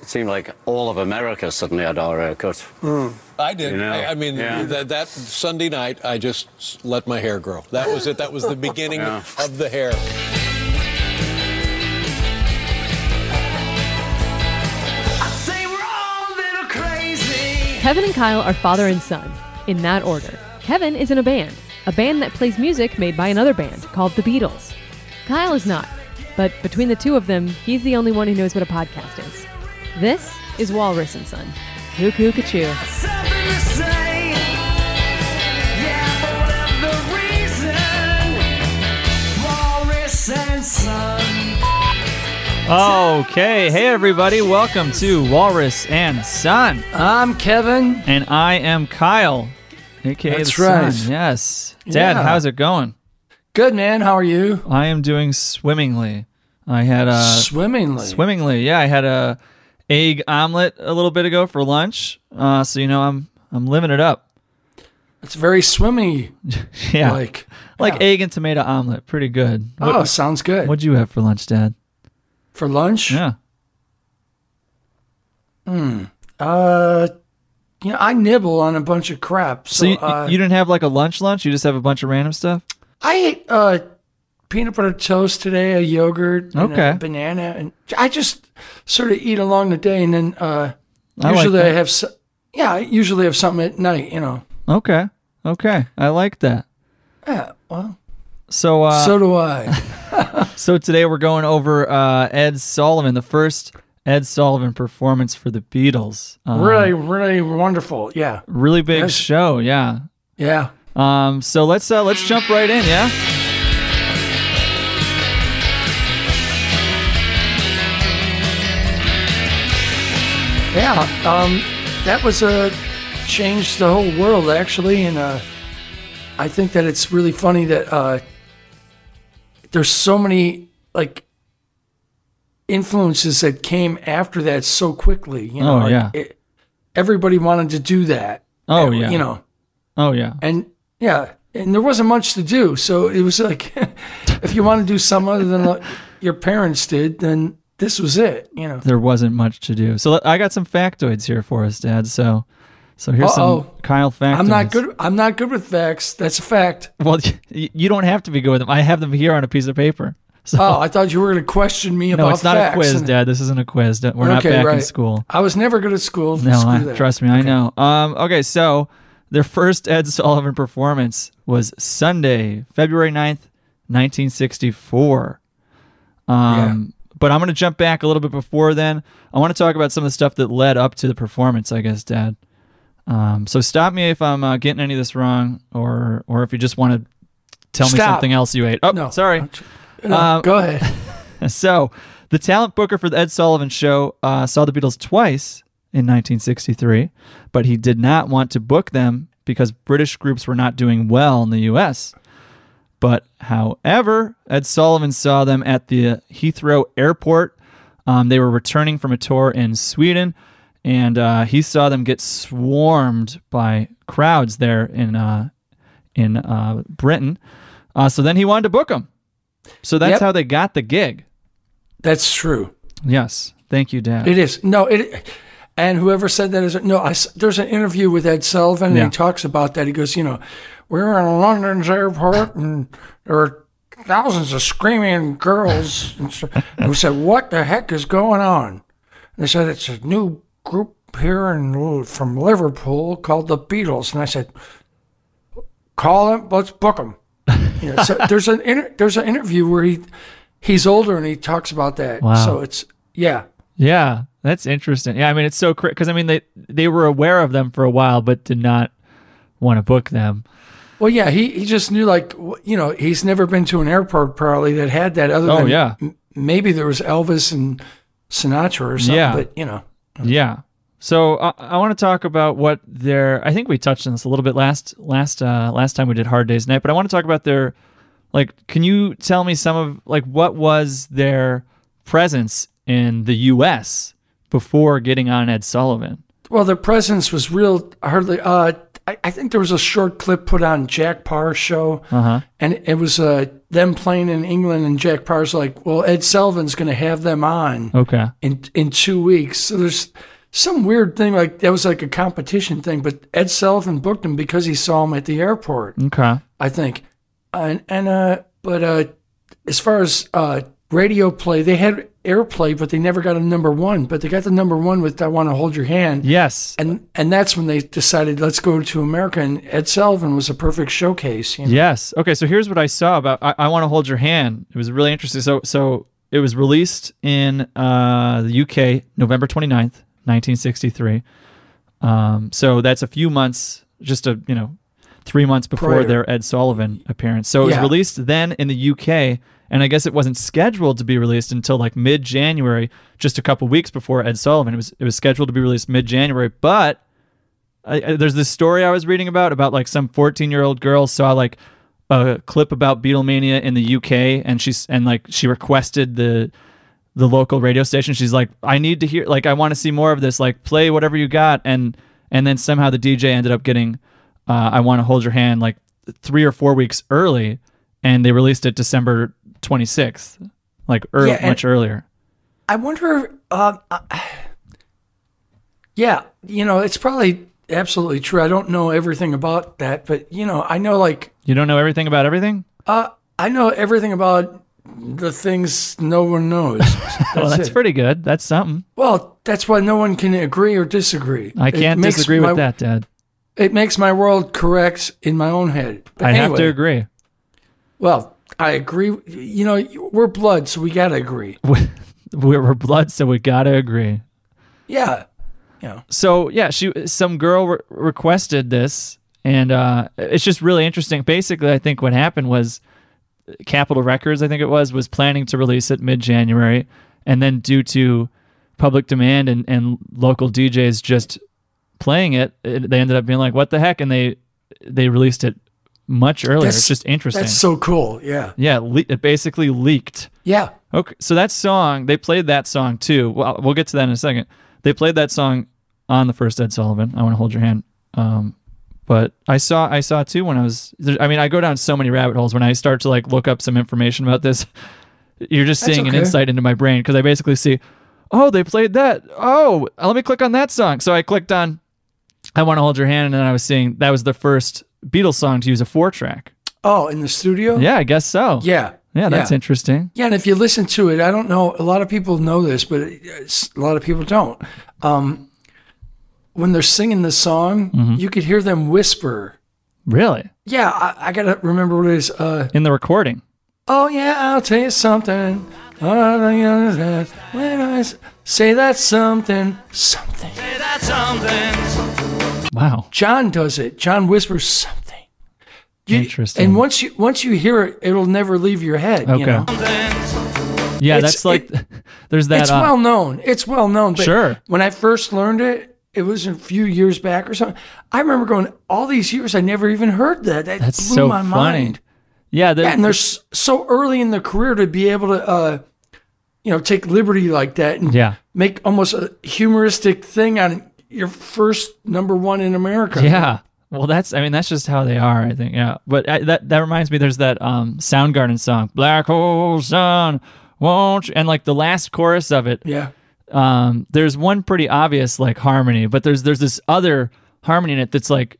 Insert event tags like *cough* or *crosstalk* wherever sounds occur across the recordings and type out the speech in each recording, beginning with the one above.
It seemed like all of America suddenly had our haircut. I did. You know? I, I mean, Yeah. that, that Sunday night, I just s- let my hair grow. That was it. That was the beginning Yeah. of the hair. Say we're all a little crazy. Kevin and Kyle are father and son, in that order. Kevin is in a band, a band that plays music made by another band called The Beatles. Kyle is not, but between the two of them, he's the only one who knows what a podcast is. This is Walrus and Son. Cuckoo Kachoo. Something to say. Yeah, for whatever reason. Walrus and son. Okay, hey everybody, welcome to Walrus and Son, I'm Kevin. and I am Kyle, aka That's the right. Son. Yes, Dad, Yeah. how's it going? Good man. How are you? I am doing swimmingly. I had a Swimmingly. swimmingly, yeah. I had a egg omelet a little bit ago for lunch, uh, so you know I'm I'm living it up. *laughs* It's very swimmy. Yeah, like, Like. yeah. egg and tomato omelet, pretty good. oh, What, sounds good. what'd you have for lunch, Dad? For lunch? Yeah, Uh, you know, I nibble on a bunch of crap. So, so you, uh, you didn't have like a lunch lunch. You just have a bunch of random stuff. I ate uh, peanut butter toast today, a yogurt, and a Okay. banana, and I just sort of eat along the day, and then uh, I like usually I that. have, so- yeah, I usually have something at night. You know. Okay, okay, I like that. Yeah. Well, So, uh, so do I. So today we're going over uh, Ed Sullivan, the first Ed Sullivan performance for the Beatles. *laughs* Uh, really, really wonderful. Yeah. really big Yes. show, yeah. Yeah. Um, so let's uh, let's jump right in, yeah. Yeah, um, that was a changed the whole world actually, and uh, I think that it's really funny that uh, there's so many like influences that came after that so quickly. You know, Oh, like, yeah. it- everybody wanted to do that. Oh, uh, yeah. you know, Oh yeah, and yeah, and there wasn't much to do, so it was like *laughs* if you want to do something other than what your parents did, then this was it. You know, there wasn't much to do. So let- I got some factoids here for us, Dad. So so here's some Uh-oh. Kyle factoids. I'm not good. I'm not good with facts. That's a fact. Well, *laughs* y- you don't have to be good with them. I have them here on a piece of paper. So Oh, I thought you were going to question me about no, it's not facts. a quiz, And- Dad. This isn't a quiz. Don't- We're not Okay, back in right. school. I was never good at school. No, Screw I, that. trust me, I know. Um, okay, so their first Ed Sullivan performance was Sunday, February 9th, 1964. Um, But I'm going to jump back a little bit before then. I want to talk about some of the stuff that led up to the performance, I guess, Dad. Um, so stop me if I'm uh, getting any of this wrong or, or if you just want to tell me Stop. something else you ate. Oh, No. sorry. No, Um, go ahead. *laughs* So, the talent booker for the Ed Sullivan Show uh, saw the Beatles twice in 1963, but he did not want to book them because British groups were not doing well in the U.S. But, however, Ed Sullivan saw them at the Heathrow Airport. Um, they were returning from a tour in Sweden, and uh, he saw them get swarmed by crowds there in uh, in uh, Britain. Uh, so then he wanted to book them. So that's Yep. how they got the gig. That's true. Yes. Thank you, Dad. It is. No, it. And whoever said that is no. I s there's an interview with Ed Sullivan, and Yeah. he talks about that. He goes, you know, we were in London's airport, and there were thousands of screaming girls. And, so, and we said, "What the heck is going on?" And they said, "It's a new group here in, from Liverpool called the Beatles." And I said, "Call them. Let's *laughs* book them." You know, so there's an inter- there's an interview where he he's older and he talks about that. Wow. So it's yeah. yeah, that's interesting. Yeah, I mean, it's so because I mean they they were aware of them for a while, but did not want to book them. Well, yeah, he, he just knew like w- you know he's never been to an airport probably that had that other Oh, than yeah. m- maybe there was Elvis and Sinatra or something. Yeah. but you know, Yeah. So I I want to talk about what their. I think we touched on this a little bit last last uh, last time we did Hard Days Night, but I want to talk about their. Like, can you tell me some of like what was their presence in the U.S. before getting on Ed Sullivan? well, their presence was real hardly. Uh, I, I think there was a short clip put on Jack Parr's show, Uh-huh. and it was uh, them playing in England, and Jack Parr's like, "Well, Ed Sullivan's going to have them on Okay. in in two weeks." So there's some weird thing like that was like a competition thing, but Ed Sullivan booked him because he saw him at the airport, Okay. I think. And and uh, but uh, as far as uh, radio play, they had airplay, but they never got a number one. But they got the number one with "I Want to Hold Your Hand." Yes. and and that's when they decided let's go to America. And Ed Sullivan was a perfect showcase. You know? Yes. Okay. So here's what I saw about I, I want to hold your hand. It was really interesting. So so it was released in uh, the UK November 29th, 1963. Um, so that's a few months, just a you know, three months before Prior. their Ed Sullivan appearance. So it was Yeah. released then in the UK, and I guess it wasn't scheduled to be released until like mid January, just a couple weeks before Ed Sullivan. It was it was scheduled to be released mid January, but I, I- there's this story I was reading about about like some 14 year old girl saw like a clip about Beatlemania in the UK and she's and like she requested the the local radio station. She's like, I need to hear like I want to see more of this. Like play whatever you got and and then somehow the DJ ended up getting uh, I want to hold your hand like three or four weeks early and they released it December 26th, like ear- Yeah, and- much earlier. I wonder. Uh, I- yeah, you know, it's probably absolutely true. I don't know everything about that, but you know, I know like You don't know everything about everything? uh, I know everything about the things no one knows. That's *laughs* well, that's it. pretty good. That's something. well, that's why no one can agree or disagree. I It can't makes disagree my- with that, Dad. It makes my world correct in my own head. But I anyway, have to agree. *laughs* Well, I agree. You know, we're blood, so we gotta agree. we- we're, we're blood, so we gotta agree. Yeah. So yeah, she some girl re- requested this, and uh, it's just really interesting. Basically, I think what happened was Capitol Records, I think it was, was planning to release it mid-January, and then due to public demand and and local DJs just playing it, it they ended up being like, "What the heck?" and they they released it much earlier. it's That's- just interesting. That's so cool. Yeah. yeah, le- it basically leaked. Yeah. Okay, so that song they played that song too. Well, we'll get to that in a second. They played that song on the first Ed Sullivan. I want to hold your hand. Um, but I saw I saw too when I was. There, I mean, I go down so many rabbit holes when I start to like look up some information about this. *laughs* You're just That's seeing an okay. insight into my brain because I basically see, oh, they played that. Oh, let me click on that song. So I clicked on, I want to hold your hand, and then I was seeing that was the first Beatles song to use a four track. Oh, in the studio? Yeah, I guess so. Yeah. yeah, that's yeah. interesting. Yeah, and if you listen to it, I don't know. A lot of people know this, but it's, a lot of people don't. Um, when they're singing the song, Mm-hmm. you could hear them whisper. Really, Yeah, I, I gotta remember what it is. Uh, in the recording. oh yeah, I'll tell you something. Oh, I understand. When I s- say that something, something. That's something. Wow. John does it. John whispers something. You- Interesting. And once you once you hear it, it'll never leave your head. Okay. You know? Yeah, It's- that's like it- *laughs* there's that It's uh, well known. It's well known. But Sure. When I first learned it, it was a few years back or something. I remember going all these years. I never even heard that. That that's blew so my funny. mind. Yeah, the, Yeah, and they're s- so early in their career to be able to, uh, you know, take liberty like that and Yeah. make almost a humoristic thing on your first number one in America. yeah. Well, that's I mean that's just how they are, I think. Yeah. But I, that that reminds me there's that um Soundgarden song, Black Hole Sun, won't you? and like the last chorus of it. Yeah. um, there's one pretty obvious like harmony, but there's there's this other harmony in it that's like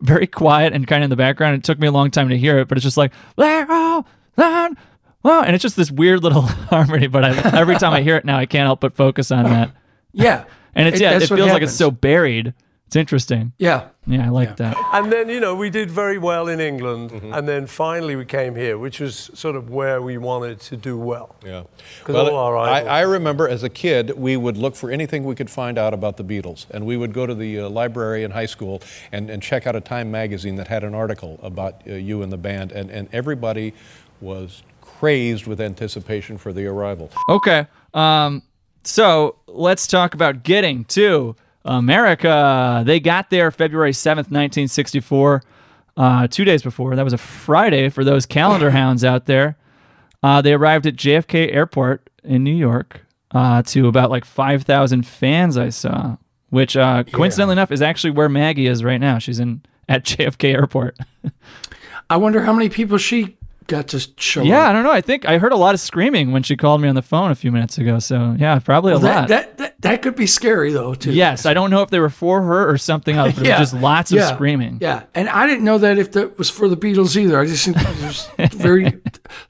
very quiet and kind of in the background. It took me a long time to hear it, but it's just like wow, wow, and it's just this weird little *laughs* harmony. But I, every time I hear it now, I can't help but focus on that. Yeah. *laughs* And it's yeah, it that's feels what like it's so happens. buried. It's interesting. Yeah. Yeah, I like that. *laughs* And then, you know, we did very well in England. And then finally we came here, which was sort of where we wanted to do well. Yeah. 'Cause all our I, idols- I remember as a kid, we would look for anything we could find out about the Beatles. And we would go to the uh, library in high school and, and check out a Time magazine that had an article about uh, you and the band. And, and everybody was crazed with anticipation for the arrival. Okay. Um, so let's talk about getting to America. They got there February 7th, 1964, uh, two days before. That was a Friday for those calendar hounds out there. Uh, they arrived at JFK Airport in New York uh, to about like 5,000 fans, I saw. which uh, coincidentally enough is actually where Maggie is right now. She's in at JFK Airport. I wonder how many people she got to show yeah, I up. don't know. I think I heard a lot of screaming when she called me on the phone a few minutes ago. So yeah, probably a lot. That, that, that, that could be scary, though, too. yes, I don't know if they were for her or something else. But it was just lots of *laughs* yeah, screaming. Yeah, and I didn't know that if that was for the Beatles either. I just think there's *laughs* very a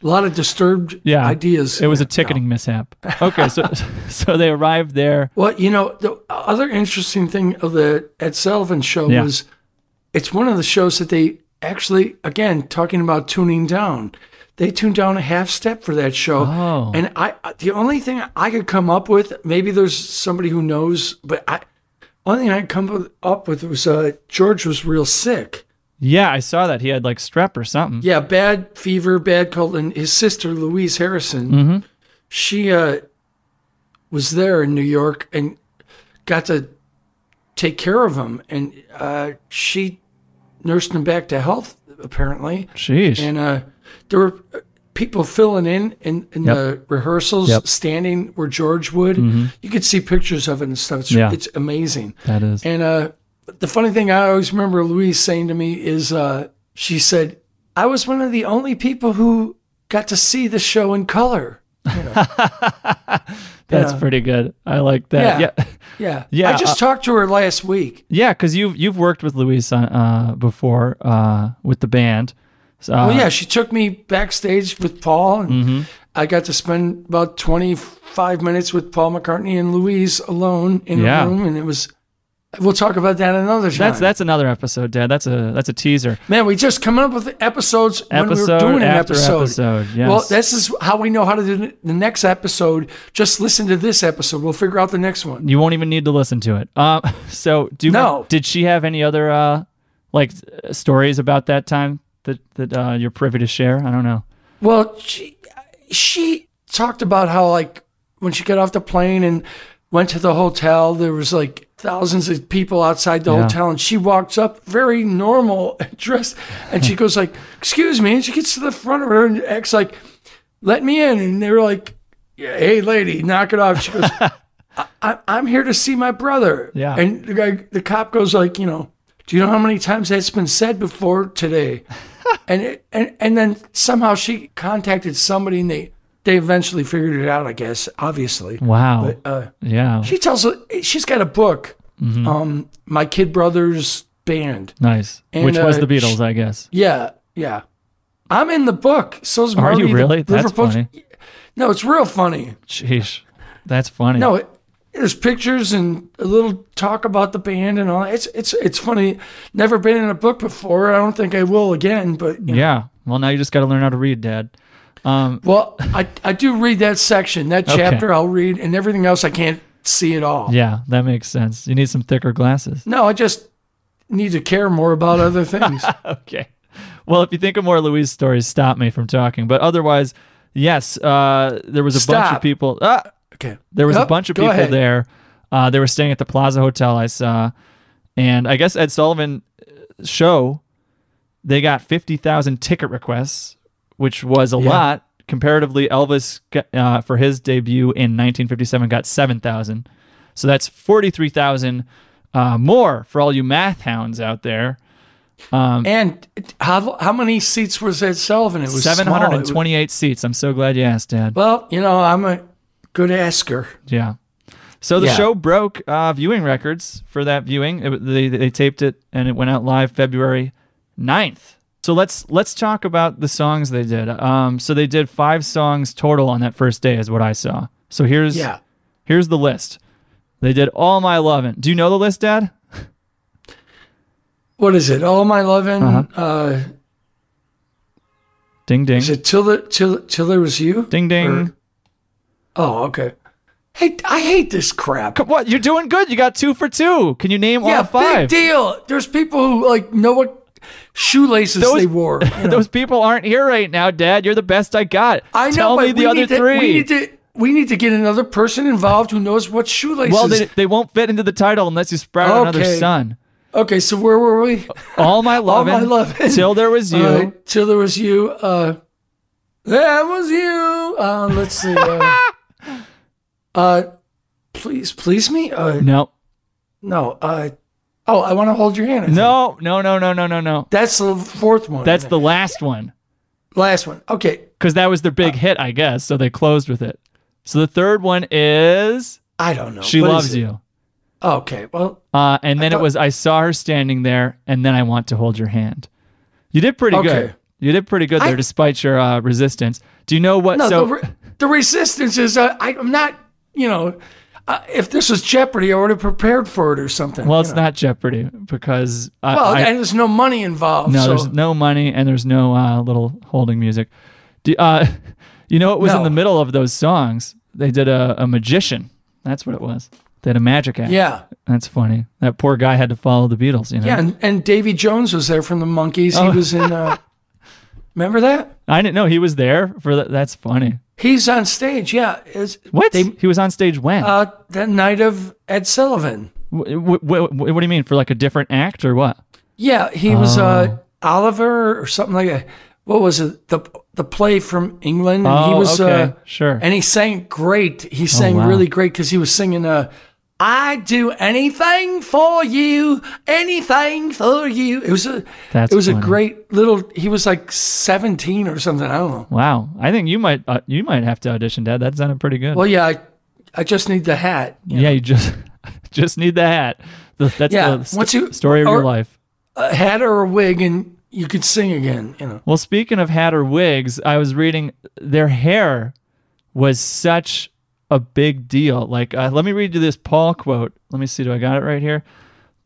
lot of disturbed Yeah, ideas. It was a ticketing mishap. Okay, *laughs* so *laughs* so they arrived there. Well, you know, the other interesting thing of the Ed Sullivan show Yeah. was it's one of the shows that they actually, again, talking about tuning down. They tuned down a half step for that show. Oh. And I the only thing I could come up with, maybe there's somebody who knows, but I only thing I could come up- up with was uh, George was real sick. Yeah, I saw that he had like strep or something. Yeah, bad fever, bad cold, and his sister Louise Harrison, Mm-hmm. she uh, was there in New York and got to take care of him, and uh, she nursed him back to health apparently. Sheesh. And uh, there were uh, people filling in in, in Yep. the rehearsals, Yep. Mm-hmm. standing where George would. You could see pictures of it and stuff. It's, Yeah. it's amazing. that is. And uh, the funny thing I always remember Louise saying to me is uh, she said, I was one of the only people who got to see the show in color. That's Yeah. pretty good. I like that. uh, Yeah. Yeah. *laughs* Yeah. Yeah, I just uh, talked to her last week. Yeah, because you've you've worked with Luis on, uh, before uh, with the band. So, uh, Oh, yeah. She took me backstage with Paul, and Mm-hmm. I got to spend about 25 minutes with Paul McCartney and Louise alone in Yeah. a room. And it was, we'll talk about that another time. That's that's another episode, Dad. That's a that's a teaser. Man, we just coming up with episodes when we were Episode doing an after episode. episode, yes. Well, this is how we know how to do the- the next episode. Just listen to this episode. We'll figure out the next one. You won't even need to listen to it. Um, *laughs* so do you No. did she have any other uh, like uh, stories about that time that that uh, you're privy to share? I don't know. Well, she she talked about how like when she got off the plane and went to the hotel, there was like thousands of people outside the Yeah. hotel, and she walks up very normal *laughs* dressed, and she goes like, "Excuse me," and she gets to the front of her and acts like, "Let me in," and they were like. "Yeah, Hey, lady, knock it off. *laughs* She goes, I, I'm here to see my brother. Yeah. And the guy, the cop goes like, you know, do you know how many times that's been said before today? and it, and and then somehow she contacted somebody, and they they eventually figured it out. I guess, obviously. Wow. Uh, yeah. she tells she's got a book, Mm-hmm. um, my kid brother's band. nice. and, Which was uh, the Beatles, she- I guess. Yeah, yeah. I'm in the book. So's Are Marty, you the really? That's Liverpool- funny. No, it's real funny. Sheesh. That's funny. No, it, there's pictures and a little talk about the band and all. It's it's it's funny. Never been in a book before. I don't think I will again. But you know. Yeah. Well, now you just got to learn how to read, Dad. well, I I do read that section, that Okay. chapter. I'll read, and everything else I can't see at all. Yeah, that makes sense. You need some thicker *laughs* glasses. No, I just need to care more about *laughs* other things. Okay. Well, if you think of more Louise stories, stop me from talking. But otherwise, yes, uh, there was a bunch of Stop. people. Ah, okay. there was a Yep, bunch of go people ahead. there. Uh, they were staying at the Plaza Hotel. I saw, and I guess Ed Sullivan uh, show they got fifty thousand ticket requests, which was a lot comparatively. Elvis got- uh, for his debut in nineteen fifty seven got seven thousand, so that's forty three thousand uh, more for all you math hounds out there. And how how many seats was that Sullivan? It was small. It Seven was- hundred and twenty-eight seats. I'm so glad you asked, Dad. Well, you know, I'm a good asker. Yeah. So the Yeah. show broke uh, viewing records for that viewing. It, they, they taped it and it went out live February 9th. So let's let's talk about the songs they did. Um, so they did five songs total on that first day, is what I saw. So here's Yeah. here's the list. They did All My Lovin'. Do you know the list, Dad? What is it? All my loving. Uh-huh. uh Ding ding, is it till the till till there was you? ding ding. Or- Oh, okay. Hey, I hate this crap. Come- what you're doing good. You got two for two. Can you name yeah, all five? big deal. There's people who like know what shoelaces Those- *laughs* they wore. you know. Those people aren't here right now, Dad. You're the best I got. I know, Tell but me the we other need to, three. We need to we need to get another person involved who knows what shoelaces. Well, they, they won't fit into the title unless you sprout another Okay. son. okay, so where were we? All my loving, my lovin'. till there was Uh, you. Uh, till there was you. Uh, there was you. Uh, *laughs* let's see. Uh, uh, please, please me. Uh, no, No. Uh, oh, I want to hold your hand. I think. No, no, no, no, no, no, no. That's the fourth one. That's the last one last one. Okay. because that was their big hit, I guess. So they closed with it. So the third one is I don't know. She What is Loves it? You. Okay. Well, Uh, and then thought- it was I saw her standing there, and then I want to hold your hand. You did pretty Okay. good. You did pretty good there, I- despite your uh, resistance. Do you know what? no, so the, re- the resistance is, uh, I, I'm not, you know, uh, if this was Jeopardy, I would have prepared for it or something. well, you it's know. not Jeopardy because I, Well, I- and there's no money involved. no, so there's no money and there's no uh, little holding music. Do, uh, *laughs* you know what was in No. the middle of those songs? They did a, a magician. That's what it was. They had a magic act. Yeah. That's funny. That poor guy had to follow the Beatles, you know. Yeah. And, and Davy Jones was there from the Monkees. Oh. He was in, *laughs* uh, remember that? I didn't know he was there for that. That's funny. He's on stage. Yeah. It's, What? They, he was on stage when? uh, the night of Ed Sullivan. w- w- w- what do you mean for like a different act or what? Yeah. He was Oh. uh, Oliver or something like that. What was it? The the play from England. And he Oh, was okay. uh, Sure. Oh, And he sang great. He sang wow. really great because he was singing uh, "I do anything for you, anything for you." It was a That's it was a funny. great little. He was like seventeen or something. I don't know. Wow. I think you might uh, you might have to audition, Dad. That sounded pretty good. Well, yeah, I, I just need the hat. yeah. you just *laughs* just need the hat. The- that's Yeah, the st- once you- story of your or- life. A hat or a wig, and you could sing again. You know. Well, speaking of hat or wigs, I was reading their hair was such a big deal. Like, uh, let me read you this Paul quote. Let me see. Do I got it right here?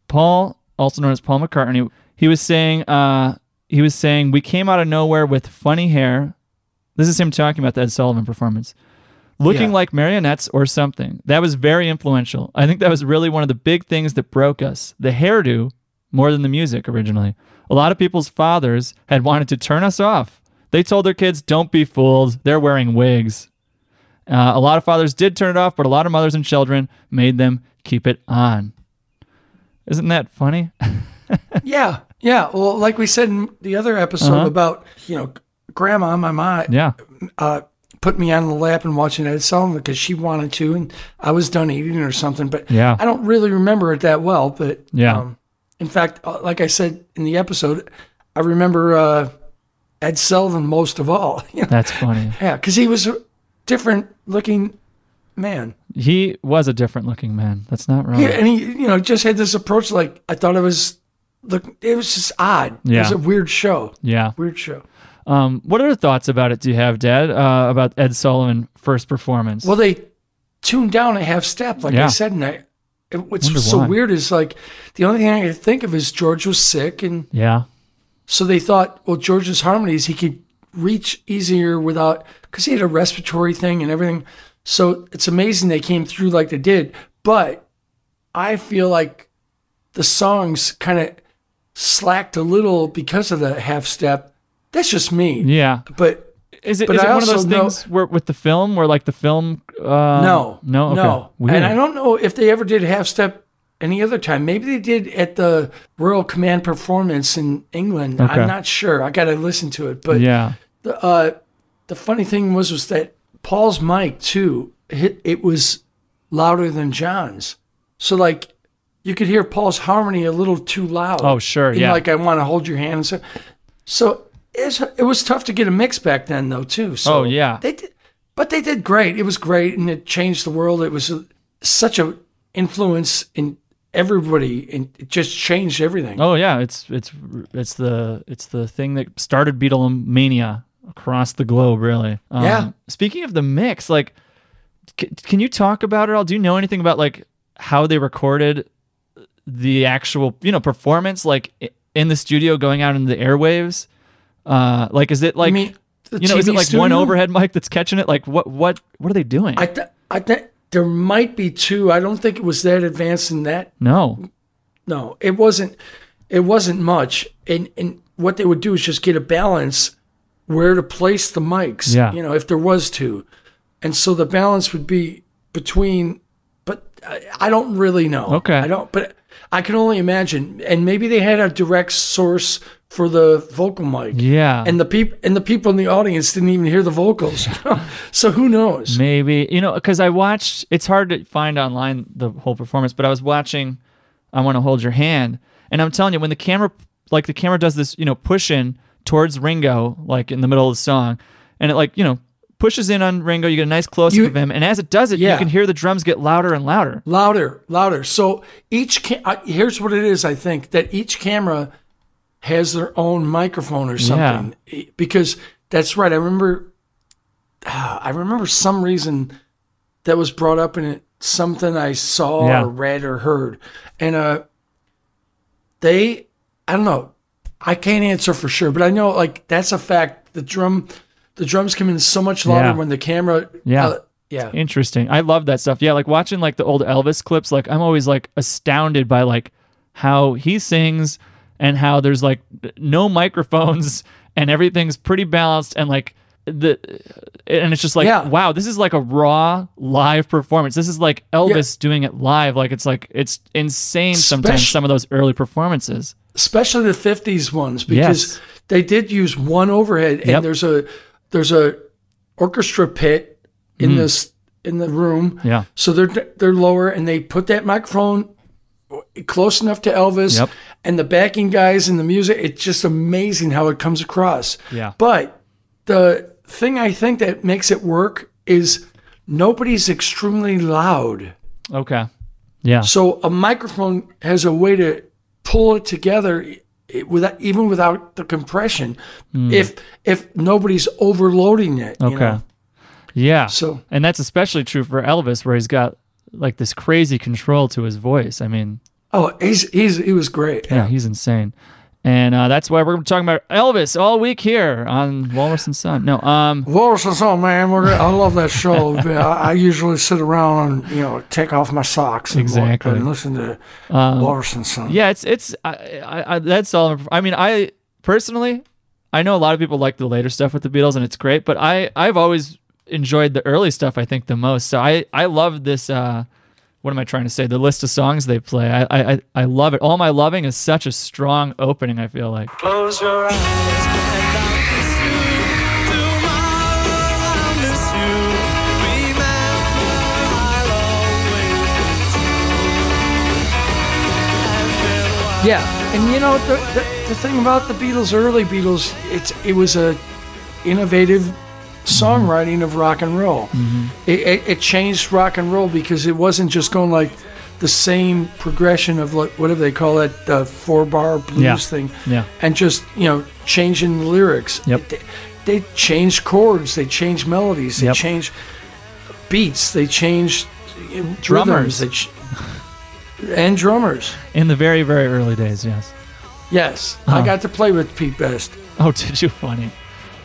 Paul, also known as Paul McCartney, he was saying, uh, he was saying, we came out of nowhere with funny hair. This is him talking about the Ed Sullivan performance. Looking Yeah. like marionettes or something. That was very influential. I think that was really one of the big things that broke us. The hairdo more than the music originally. A lot of people's fathers had wanted to turn us off. They told their kids, don't be fooled. They're wearing wigs. Uh, a lot of fathers did turn it off, but a lot of mothers and children made them keep it on. Isn't that funny? *laughs* Yeah, yeah. Well, like we said in the other episode Uh-huh. about you know, Grandma, my mom, yeah. uh, put me on the lap and watching Ed Sullivan because she wanted to, and I was done eating or something. But Yeah. I don't really remember it that well. But um, Yeah. in fact, uh, like I said in the episode, I remember uh, Ed Sullivan most of all. *laughs* You know? That's funny. Yeah, because he was a different looking man, He was a different looking man. That's not wrong. yeah, and he you know just had this approach like I thought it was. Look, it was just odd. It was Yeah. a weird show. Yeah. Weird show. Um, what other thoughts about it do you have, Dad, uh, about Ed Sullivan first performance? Well, they tuned down a half step, like Yeah. I said, and I. It, what's Wonder so why. weird is like the only thing I could think of is George was sick, and yeah. so they thought, well, George's harmonies he could reach easier without because he had a respiratory thing and everything. So it's amazing they came through like they did, but I feel like the songs kind of slacked a little because of the half step. That's just me, Yeah. but Is it, But is it I one of those also know- things where with the film where like the film? Uh, No, no, okay. no. Weird. And I don't know if they ever did half step any other time. Maybe they did at the Royal Command performance in England. Okay. I'm not sure. I got to listen to it. But Yeah, the, uh, the funny thing was was that Paul's mic too. It, it was louder than John's, so like you could hear Paul's harmony a little too loud. Oh, sure, In, yeah. Like I want to hold your hand and so. So it's, it was tough to get a mix back then though too. So Oh, yeah. they did, but they did great. It was great, and it changed the world. It was a, such a influence in everybody, and it just changed everything. Oh yeah, it's it's it's the it's the thing that started Beatlemania across the globe, really. Um, Yeah. Speaking of the mix, like, c- can you talk about it all? Do you know anything about like how they recorded the actual you know performance, like i- in the studio, going out into the airwaves? Uh, like, is it like I mean, the you know, is it TV like one studio? overhead mic that's catching it? Like, what what what are they doing? I th- I think there might be two. I don't think it was that advanced in that. no. No, it wasn't. It wasn't much. And and what they would do is just get a balance where to place the mics. Yeah. You know, if there was two, and so the balance would be between. But I, I don't really know. Okay. I don't. But I can only imagine. And maybe they had a direct source for the vocal mic. Yeah. And the people and the people in the audience didn't even hear the vocals. *laughs* so who knows? Maybe you know because I watched. It's hard to find online the whole performance, but I was watching I want to hold your hand. And I'm telling you, when the camera, like the camera does this, you know, push in towards Ringo, like in the middle of the song, and it like, you know, pushes in on Ringo. You get a nice close up You- of him. And as it does it, Yeah. you can hear the drums get louder and louder. louder, louder. So each ca- I- here's what it is. I think that each camera has their own microphone or something Eh, because that's right. I remember, ah, I remember some reason that was brought up in it, something I saw Yeah. or read or heard, and uh, they, I don't know, I can't answer for sure, but I know like that's a fact. The drum, the drums come in so much louder Yeah. when the camera, Yeah. uh, yeah, Interesting. I love that stuff. Yeah, like watching like the old Elvis clips, like I'm always like astounded by like how he sings and how there's like no microphones *laughs* and everything's pretty balanced and like the and it's just like Yeah. wow, this is like a raw live performance. This is like Elvis doing it live. Like it's like it's insane sometimes Spec- some of those early performances. especially the 50s ones because Yes. they did use one overhead Yep. and there's a there's a orchestra pit in this in the room Mm. Yeah. so they're they're lower and they put that microphone close enough to Elvis Yep. and the backing guys and the music it's just amazing how it comes across Yeah. but the thing I think that makes it work is nobody's extremely loud Okay. Yeah. so a microphone has a way to pull it together i- without even without the compression. If if nobody's overloading it, you Hmm. Okay. know? Yeah. So- and that's especially true for Elvis where he's got like this crazy control to his voice. I mean, Oh, he's he's he was great. Yeah, he's insane. And uh, that's why we're gonna be talking about Elvis all week here on Walrus and Son. No, um, Walrus and Son, man, we're, I love that *laughs* show. I, I usually sit around and you know take off my socks and, wa- Exactly. Um, and listen to Walrus and Son. yeah, it's it's I, I, I, that's all. I mean, I personally, I know a lot of people like the later stuff with the Beatles, and it's great. But I I've always enjoyed the early stuff. I think the most. So I I love this. Uh, what am I trying to say? The list of songs they play. I I I- I love it. All my loving is such a strong opening. I feel like. Close your eyes. Yeah, and you know the, the the thing about the Beatles, early Beatles, it's it was a innovative songwriting of rock and roll. Mm-hmm. It, it, it changed rock and roll because it wasn't just going like the same progression of like whatever they call it, the four bar blues Yeah. thing, Yeah. and just you know changing the lyrics. Yep. They, they changed chords, they changed melodies, they Yep. changed beats, they changed uh, Drummers. rhythms, they ch- and drummers. In the very very early days, yes. Yes, I got to play with Pete Best. Oh, *laughs* did you funny?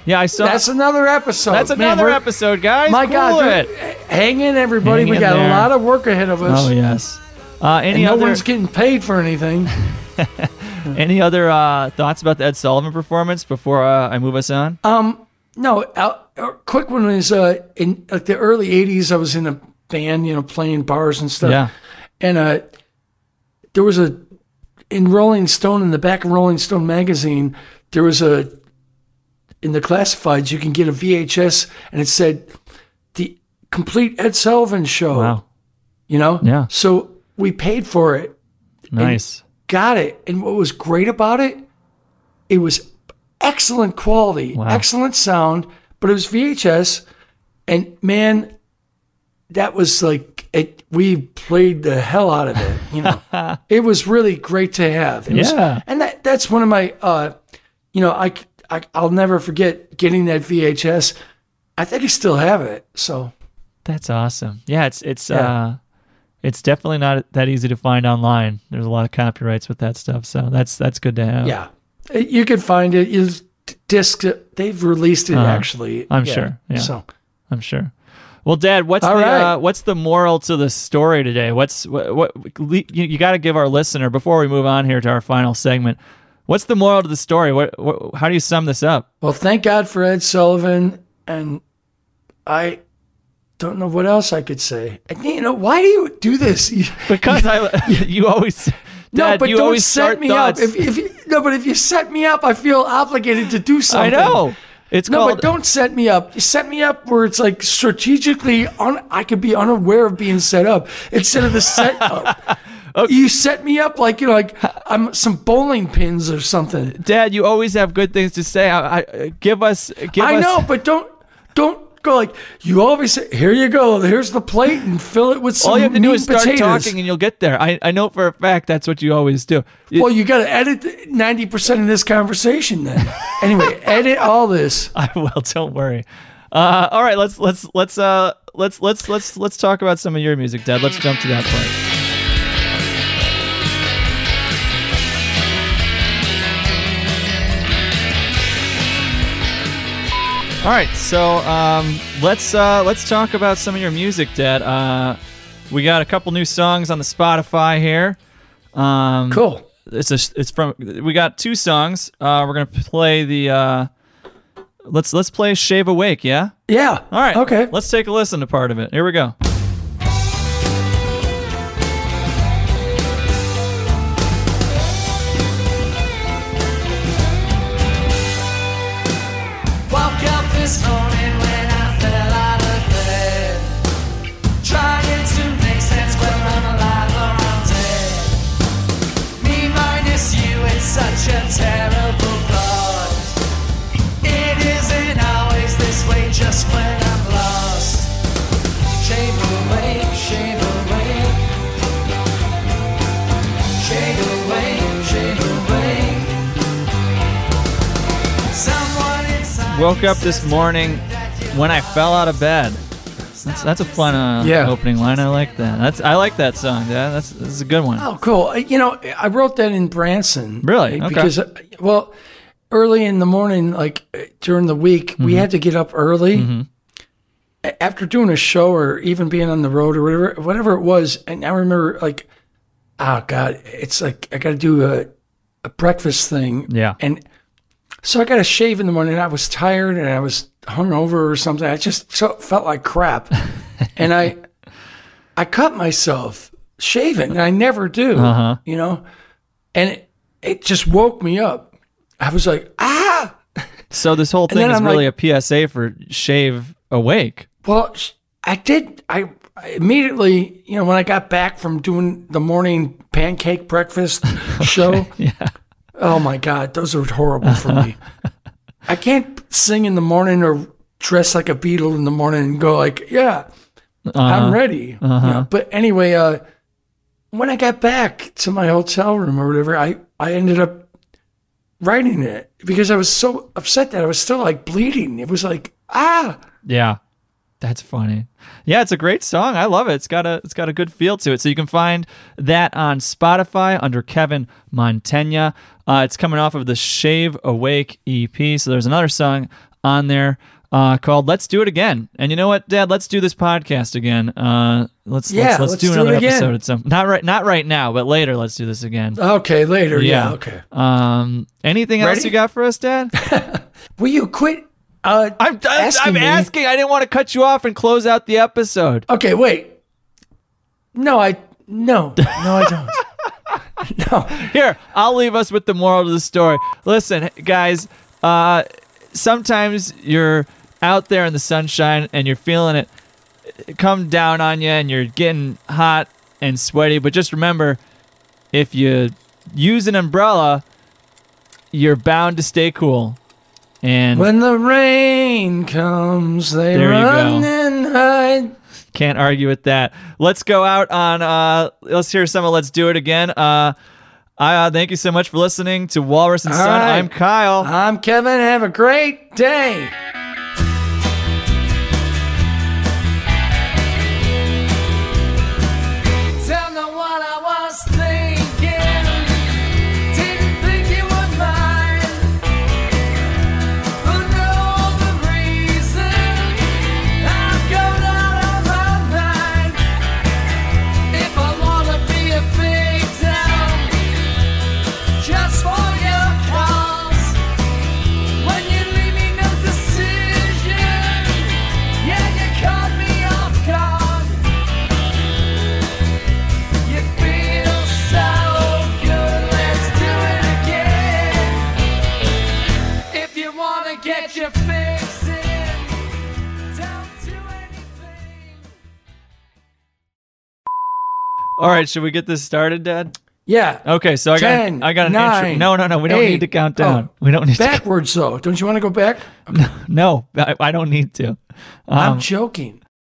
Yeah, I saw. That's another episode. That's Man, another we're- episode, guys. My Cool God, it. dude, hang in, everybody. Hang we in got there. a lot of work ahead of us, Oh yes. Uh, and any no other one's getting paid for anything. any other uh, thoughts about the Ed Sullivan performance before uh, I move us on? No, a a quick one is uh, in like the early '80s. I was in a band, you know, playing bars and stuff. yeah. and uh, there was a in Rolling Stone in the back of Rolling Stone magazine there was a in the classifieds you can get a VHS and it said the complete Ed Sullivan show. Wow. You know. Yeah. So we paid for it, Nice. got it, and what was great about it, it was excellent quality, Wow. excellent sound, but it was VHS, and man. That was like it, we played the hell out of it. You know, *laughs* it was really great to have. It was- Yeah. and that that's one of my, uh, you know, I, c- I will never forget getting that VHS. I think I still have it. So That's awesome. Yeah, it's it's Yeah. uh, it's definitely not that easy to find online. There's a lot of copyrights with that stuff, so that's that's good to have. yeah, It- you can find it. Is disc they've released it actually. Uh-huh. I'm sure, yeah. So I'm sure. Well, Dad, what's All the right. uh, what's the moral to the story today? What's what, what le- you, you got to give our listener before we move on here to our final segment? What's the moral to the story? What, what how do you sum this up? well, thank God for Ed Sullivan, and I don't know what else I could say. And, you know, why do you *laughs* do this? You- Because *laughs* I, you always, Dad, no, but you don't always set start me thoughts. up. If, if you, no, but if you set me up, I feel obligated to do I something. know. It's No, called but don't set me up. You set me up where it's like strategically un- I could be unaware of being set up instead of *laughs* the set up. You set me up like you know, like I'm some bowling pins or something. Dad. You always have good things to say. I, I, give us. Give I us, know, but don't don't go like you always say. Here you go. Here's the plate and fill it with some. All you have to do is start potatoes. talking, and you'll get there. I, I know for a fact that's what you always do. You- Well, you got to edit ninety percent of this *laughs* conversation then. anyway, edit all this. I will. Don't worry. Uh, all right, let's let's let's uh let's let's let's let's talk about some of your music, Dad. Let's jump to that part. All right, so um, let's uh, let's talk about some of your music, Dad. Uh, we got a couple new songs on the Spotify here. Um, Cool. it's a it's from we got two songs uh we're gonna play the uh let's let's play shave awake yeah Yeah. all right Okay. let's take a listen to part of it here we go Woke up this morning when I fell out of bed. Trying to make sense whether I'm alive or I'm dead. Me minus you, it's such a terrible plot. It isn't always this way just when I'm lost. Shave awake, shave awake. Shave awake, shave awake. Someone inside woke me up this says morning when i fell out of bed that's, that's a fun uh, Yeah. opening line i like that that's i like that song yeah that's this is a good one Oh, cool. Uh, You know, I wrote that in Branson. Really? uh, Okay. Because, uh, well, early in the morning, like uh, during the week, Mm-hmm. we had to get up early. A- After doing a show or even being on the road or whatever, whatever it was, and I remember like, oh god, it's like I got to do a, a breakfast thing. Yeah. And so I got to shave in the morning. and I was tired and I was hungover or something. I just so, felt like crap, and I. I cut myself shaving, and I never do. You know, and it, it just woke me up. I was like, ah, so this whole thing then is I'm really a psa for shave awake well, sh- I did. I I immediately, you know, when I got back from doing the morning pancake breakfast show, yeah. Oh my God, those are horrible for me. I can't sing in the morning or dress like a beetle in the morning and go like, yeah, I'm ready. Yeah, but anyway, uh, when I got back to my hotel room or whatever, I, I ended up writing it because I was so upset that I was still like bleeding. It was like, ah, Yeah. That's funny. Yeah, it's a great song. I love it. It's got a it's got a good feel to it. So you can find that on Spotify under Kevin Montena. Uh, it's coming off of the Shave Awake EP. So there's another song on there uh, called "Let's Do It Again." And you know what, Dad? Let's do this podcast again. Uh, let's, Yeah, let's let's let's do do it another again. episode at some not right not right now, but later. Let's do this again. okay, later. Yeah, okay. Um, anything else Ready? you got for us, *laughs* Dad? Will you quit? Uh, I'm I'm asking I'm me- asking. I didn't want to cut you off and close out the episode. Okay, wait. No, I no no I *laughs* don't. Here, I'll leave us with the moral of the story. Listen, guys, uh, sometimes you're out there in the sunshine and you're feeling it come down on you and you're getting hot and sweaty, but just remember if you use an umbrella, you're bound to stay cool. And When the rain comes, they There you run go. and hide. can't argue with that. Let's go out on uh let's hear some of let's do it again. Uh I uh, thank you so much for listening to Walrus and Son. right. I'm Kyle. I'm Kevin. Have a great day. Tell me what I was thinking. Didn't think you were mine. For no other reason. I've gone out of my mind. If I wanna be a victim, just for your cause. When you leave me no decision. All right, should we get this started, Dad? Yeah. Okay, so I got Ten, I got an intro. nine, No, no, no. We don't need eight. to count down. Oh, we don't need to. Backwards though. Don't you want to go back? No, I, I don't need to. Um, I'm joking.